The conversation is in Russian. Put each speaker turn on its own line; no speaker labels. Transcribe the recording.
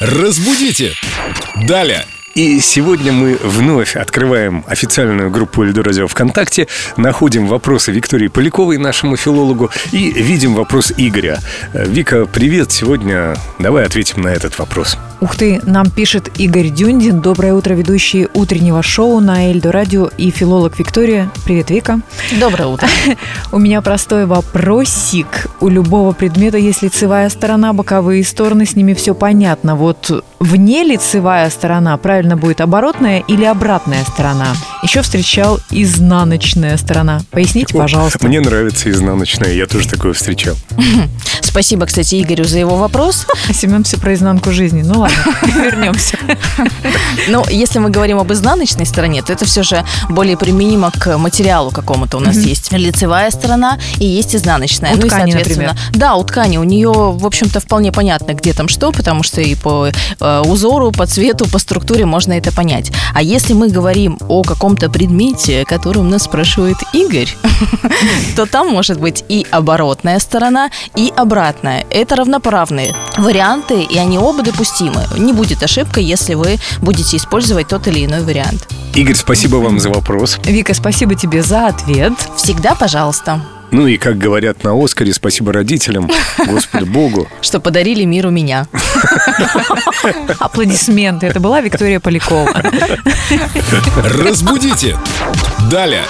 Разбудите! Далее!
И сегодня мы вновь открываем официальную группу Эльдорадио ВКонтакте, находим вопросы Виктории Поляковой, нашему филологу, и видим вопрос Игоря. Э, Вика, привет, сегодня давай ответим на этот вопрос.
Ух ты, нам пишет Игорь Дюндин. Доброе утро, ведущие утреннего шоу на Эльдо Радио и филолог Виктория. Привет, Вика.
Доброе утро.
У меня простой вопросик. У любого предмета есть лицевая сторона, боковые стороны, с ними все понятно. Вот вне лицевая сторона правильно будет оборотная или обратная сторона. Еще встречал изнаночная сторона. Поясните, пожалуйста.
Мне нравится изнаночная, я тоже такое встречал.
Спасибо, кстати, Игорю за его вопрос.
А Семен все про изнанку жизни. Ну ладно, вернемся.
Но если мы говорим об изнаночной стороне, то это все же более применимо к материалу какому-то. У нас есть лицевая сторона и есть изнаночная.
У
ну и,
ткани,
соответственно,
например.
да, у ткани. У нее, в общем-то, вполне понятно, где там что, потому что и по э, узору, по цвету, по структуре можно это понять. А если мы говорим о каком-то предмете, о котором нас спрашивает Игорь, то там может быть и оборотная сторона, и обратная. Это равноправные варианты, и они оба допустимы. Не будет ошибка, если вы будете использовать тот или иной вариант.
Игорь, спасибо вам за вопрос.
Вика, спасибо тебе за ответ.
Всегда, пожалуйста,
Ну и, как говорят на Оскаре, спасибо родителям, Господу Богу.
что подарили миру меня.
Аплодисменты. Это была Виктория Полякова.
Разбудите! Далее!